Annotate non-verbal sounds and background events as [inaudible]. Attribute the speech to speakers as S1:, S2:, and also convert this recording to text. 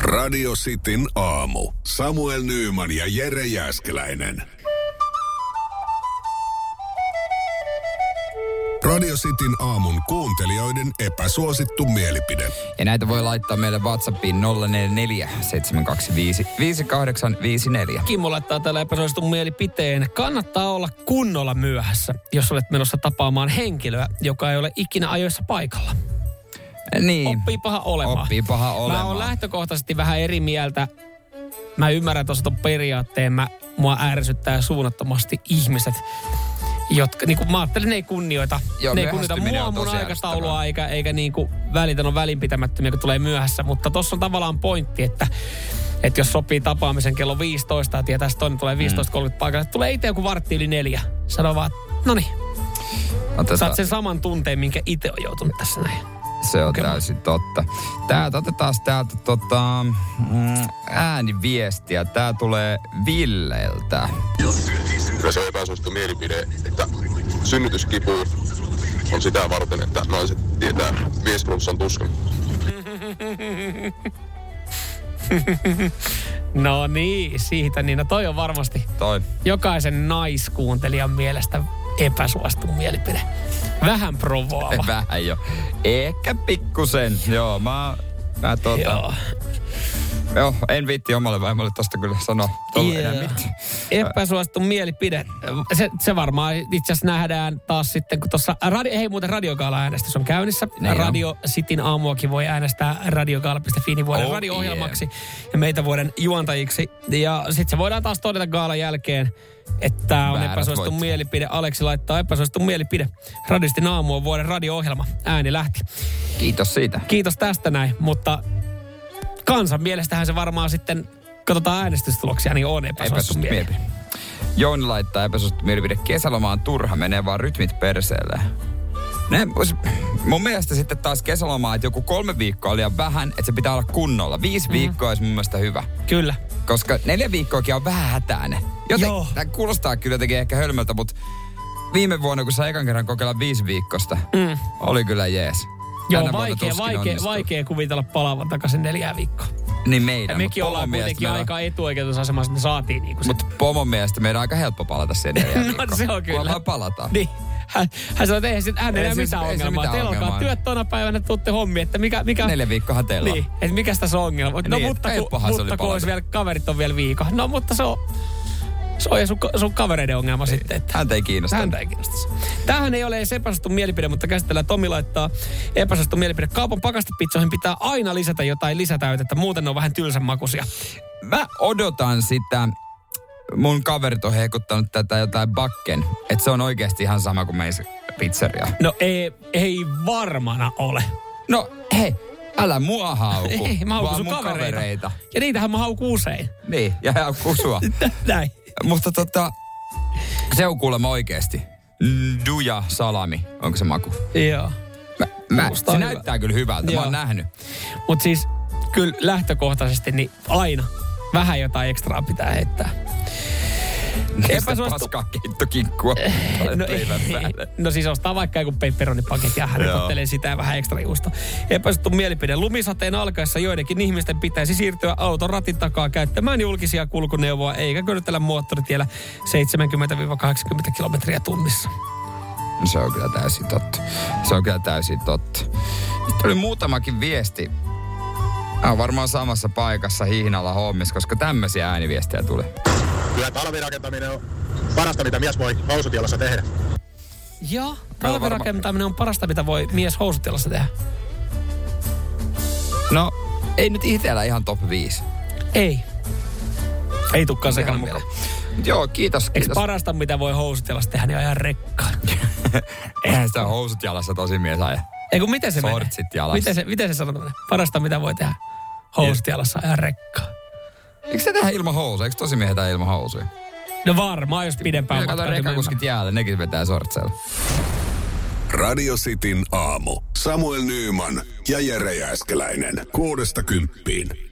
S1: Radio Cityn aamu. Samuel Nyyman ja Jere Jäskeläinen. Radio Cityn aamun kuuntelijoiden epäsuosittu mielipide.
S2: Ja näitä voi laittaa meille WhatsAppiin 044 725 5854.
S3: Kimmo laittaa täällä epäsuositun mielipiteen. Kannattaa olla kunnolla myöhässä, jos olet menossa tapaamaan henkilöä, joka ei ole ikinä ajoissa paikalla.
S2: Niin.
S3: Oppii paha olemaan.
S2: Oppii paha olemaan.
S3: Mä oon lähtökohtaisesti vähän eri mieltä. Mä ymmärrän tuosta ton periaatteen. Mä, mua ärsyttää suunnattomasti ihmiset, jotka, niin kuin mä ajattelin, ne ei kunnioita.
S2: Joo,
S3: ne ei kunnioita
S2: myöhästyminen
S3: mua
S2: on
S3: mun
S2: tosi
S3: aikataulua, eikä, eikä niin kuin välitä, ne on välinpitämättömiä, kun tulee myöhässä. Mutta tossa on tavallaan pointti, että että jos sopii tapaamisen kello 15 ja tietää, että toinen
S2: Mm.
S3: tulee 15.30 paikalle, tulee itse joku vartti yli neljä. Sano vaan, no niin,
S2: Otetaan-
S3: saat sen saman tunteen, minkä itse on joutunut tässä näin.
S2: Se on täysin totta. Täältä otetaan täältä tota, mm, ääniviestiä. Tää tulee Villeltä.
S4: Kyllä se on epäsuosittu mielipide, että synnytyskipu on sitä varten, että naiset tietää miesflunssan tuskan.
S3: No niin, siitä niin. No toi on varmasti
S2: Toi.
S3: jokaisen naiskuuntelijan mielestä epäsuostun mielipide. Vähän provoava.
S2: Vähän jo. Ehkä pikkusen. Joo, mä, mä tota, Joo.
S3: Joo.
S2: Joo, en viitti omalle vaimolle tosta kyllä sanoa. Tuolla enää
S3: Joo.
S2: mitään.
S3: Epäsuostun mielipide. Se, se varmaan itse asiassa nähdään taas sitten, kun tuossa... Radio, hei, muuten radiogaala-äänestys on käynnissä.
S2: Niin on.
S3: Radio Cityn aamuakin voi äänestää radiogaala.fi niin vuoden
S2: Oh,
S3: oh, radio-ohjelmaksi ja meitä vuoden juontajiksi. Ja sitten se voidaan taas todeta gaalan jälkeen, että tää on
S2: Väärät
S3: epäsuostun
S2: voitti.
S3: mielipide. Aleksi laittaa epäsuostun mielipide. Radio Cityn aamu on vuoden radio-ohjelma. Ääni lähti.
S2: Kiitos siitä.
S3: Kiitos tästä näin, mutta kansan mielestähän se varmaan sitten... Katsotaan äänestystuloksia, niin on epäsuostun
S2: Epäsuosittu
S3: mielipide.
S2: mielipide. Jouni laittaa epäsuosittu mielipide. Kesäloma on turha, menee vaan rytmit perseelle. Ne, vois- mun mielestä sitten taas kesäloma, että joku kolme viikkoa on liian vähän, että se pitää olla kunnolla. Viisi
S3: Mm.
S2: viikkoa olisi mun mielestä hyvä.
S3: Kyllä.
S2: Koska neljä viikkoakin on vähän hätäinen. Joten
S3: Joo.
S2: tämä kuulostaa kyllä jotenkin ehkä hölmöltä, mutta viime vuonna, kun sä ekan kerran kokeilla viisi viikkosta, mm. oli kyllä jees.
S3: Joo,
S2: Tänä vuonna
S3: vaikea,
S2: tuskin
S3: vaikea,
S2: onnistuu.
S3: vaikea kuvitella palaavan takaisin neljää viikkoa.
S2: Niin meidän.
S3: Ja
S2: mut
S3: mekin
S2: pomon
S3: ollaan
S2: mielestä
S3: kuitenkin
S2: meillä on-
S3: aika etuoikeutusasemassa, että me saatiin niinku se.
S2: Mutta pomon mielestä meidän on aika helppo palata sen neljä
S3: [laughs] no se on kyllä.
S2: vaan palataan.
S3: [laughs] Niin. Hän, hän sanoi, että eihän sit- hän ei
S2: Ei
S3: näe
S2: siis-
S3: mitään
S2: ei se
S3: ongelmaa.
S2: mitään
S3: Teillä onkaan
S2: ongelmaa.
S3: työt tuona päivänä, tuutte hommi, että mikä... mikä
S2: Neljä viikkohan teillä on.
S3: Niin, että mikä tässä on ongelma. No
S2: Niin,
S3: mutta,
S2: et
S3: kun,
S2: helppohan se oli
S3: mutta kun
S2: palata.
S3: olisi vielä, kaverit on vielä viikon. No mutta se on, se on ja sun, sun kavereiden ongelma
S2: Niin.
S3: sitten. Että.
S2: Häntä ei kiinnosta.
S3: Häntä ei kiinnostaisi. Tämähän ei ole edes epäsuosittu mielipide, mutta käsitellään. Tomi laittaa epäsuosittu mielipide. Kaupan pakastepizzoihin pitää aina lisätä jotain lisätäytettä, muuten ne on vähän tylsän makuisia.
S2: Mä odotan sitä. Mun kaverit on heikuttanut tätä jotain bakken. Että se on oikeasti ihan sama kuin meissä pizzeria.
S3: No ei, ei varmana ole.
S2: No hei, älä mua hauku.
S3: Ei, mä haukun
S2: vaan
S3: sun
S2: mun
S3: kavereita. Ja niitähän mä haukun usein.
S2: Niin, ja haukku sua.
S3: [laughs] Näin.
S2: Mutta tota, se on kuulemma oikeasti. Duja salami, onko se maku?
S3: Joo.
S2: Mä, mä, se
S3: Kuulostaa hyvä.
S2: näyttää kyllä hyvältä, mä
S3: Joo.
S2: oon nähnyt.
S3: Mut siis kyllä lähtökohtaisesti niin aina vähän jotain ekstraa pitää heittää.
S2: Epäsuostu.
S3: Epäsuosittu-
S2: Paskaa keittokinkkua.
S3: No,
S2: Leivän päälle.
S3: no siis ostaa vaikka joku pepperonipaketti ja hän
S2: Joo.
S3: ottelee sitä ja vähän ekstra juusta. Epäsuttu mielipide. Lumisateen alkaessa joidenkin ihmisten pitäisi siirtyä auton ratin takaa käyttämään julkisia kulkuneuvoa eikä körtellä moottoritiellä 70-80 kilometriä tunnissa.
S2: No Se on kyllä täysin totta. Se on kyllä täysin totta. Sitten tuli muutamakin viesti. Mä oon varmaan samassa paikassa hihnalla hommis, koska tämmöisiä ääniviestejä tuli.
S4: Kyllä talvirakentaminen on parasta, mitä mies voi housutielassa tehdä.
S3: Ja
S2: varma-
S3: talvirakentaminen on parasta, mitä voi mies housutilassa tehdä.
S2: No, ei nyt itellä ihan top 5.
S3: Ei. Ei tukkaan sekana mukaan.
S2: Joo, kiitos,
S3: Eikö
S2: kiitos.
S3: parasta, mitä voi housutilassa tehdä, niin ajaa rekkaan?
S2: [laughs] Eihän sitä housut jalassa tosi mies aja.
S3: Ei kun miten se
S2: Sortsit
S3: menee?
S2: jalassa.
S3: Miten se, miten se sanotaan? Parasta mitä voi tehdä. Housut jalassa ja rekkaa.
S2: Eikö se tehdä ilman housuja? Eikö tosi miehet tehdä ilman housuja?
S3: No varmaan, jos pidempään niin
S2: Mä katsoin rekakuskit jäällä, nekin vetää sortseilla.
S1: Radio Cityn aamu. Samuel Nyyman ja Jere Jäskeläinen. Kuudesta kymppiin.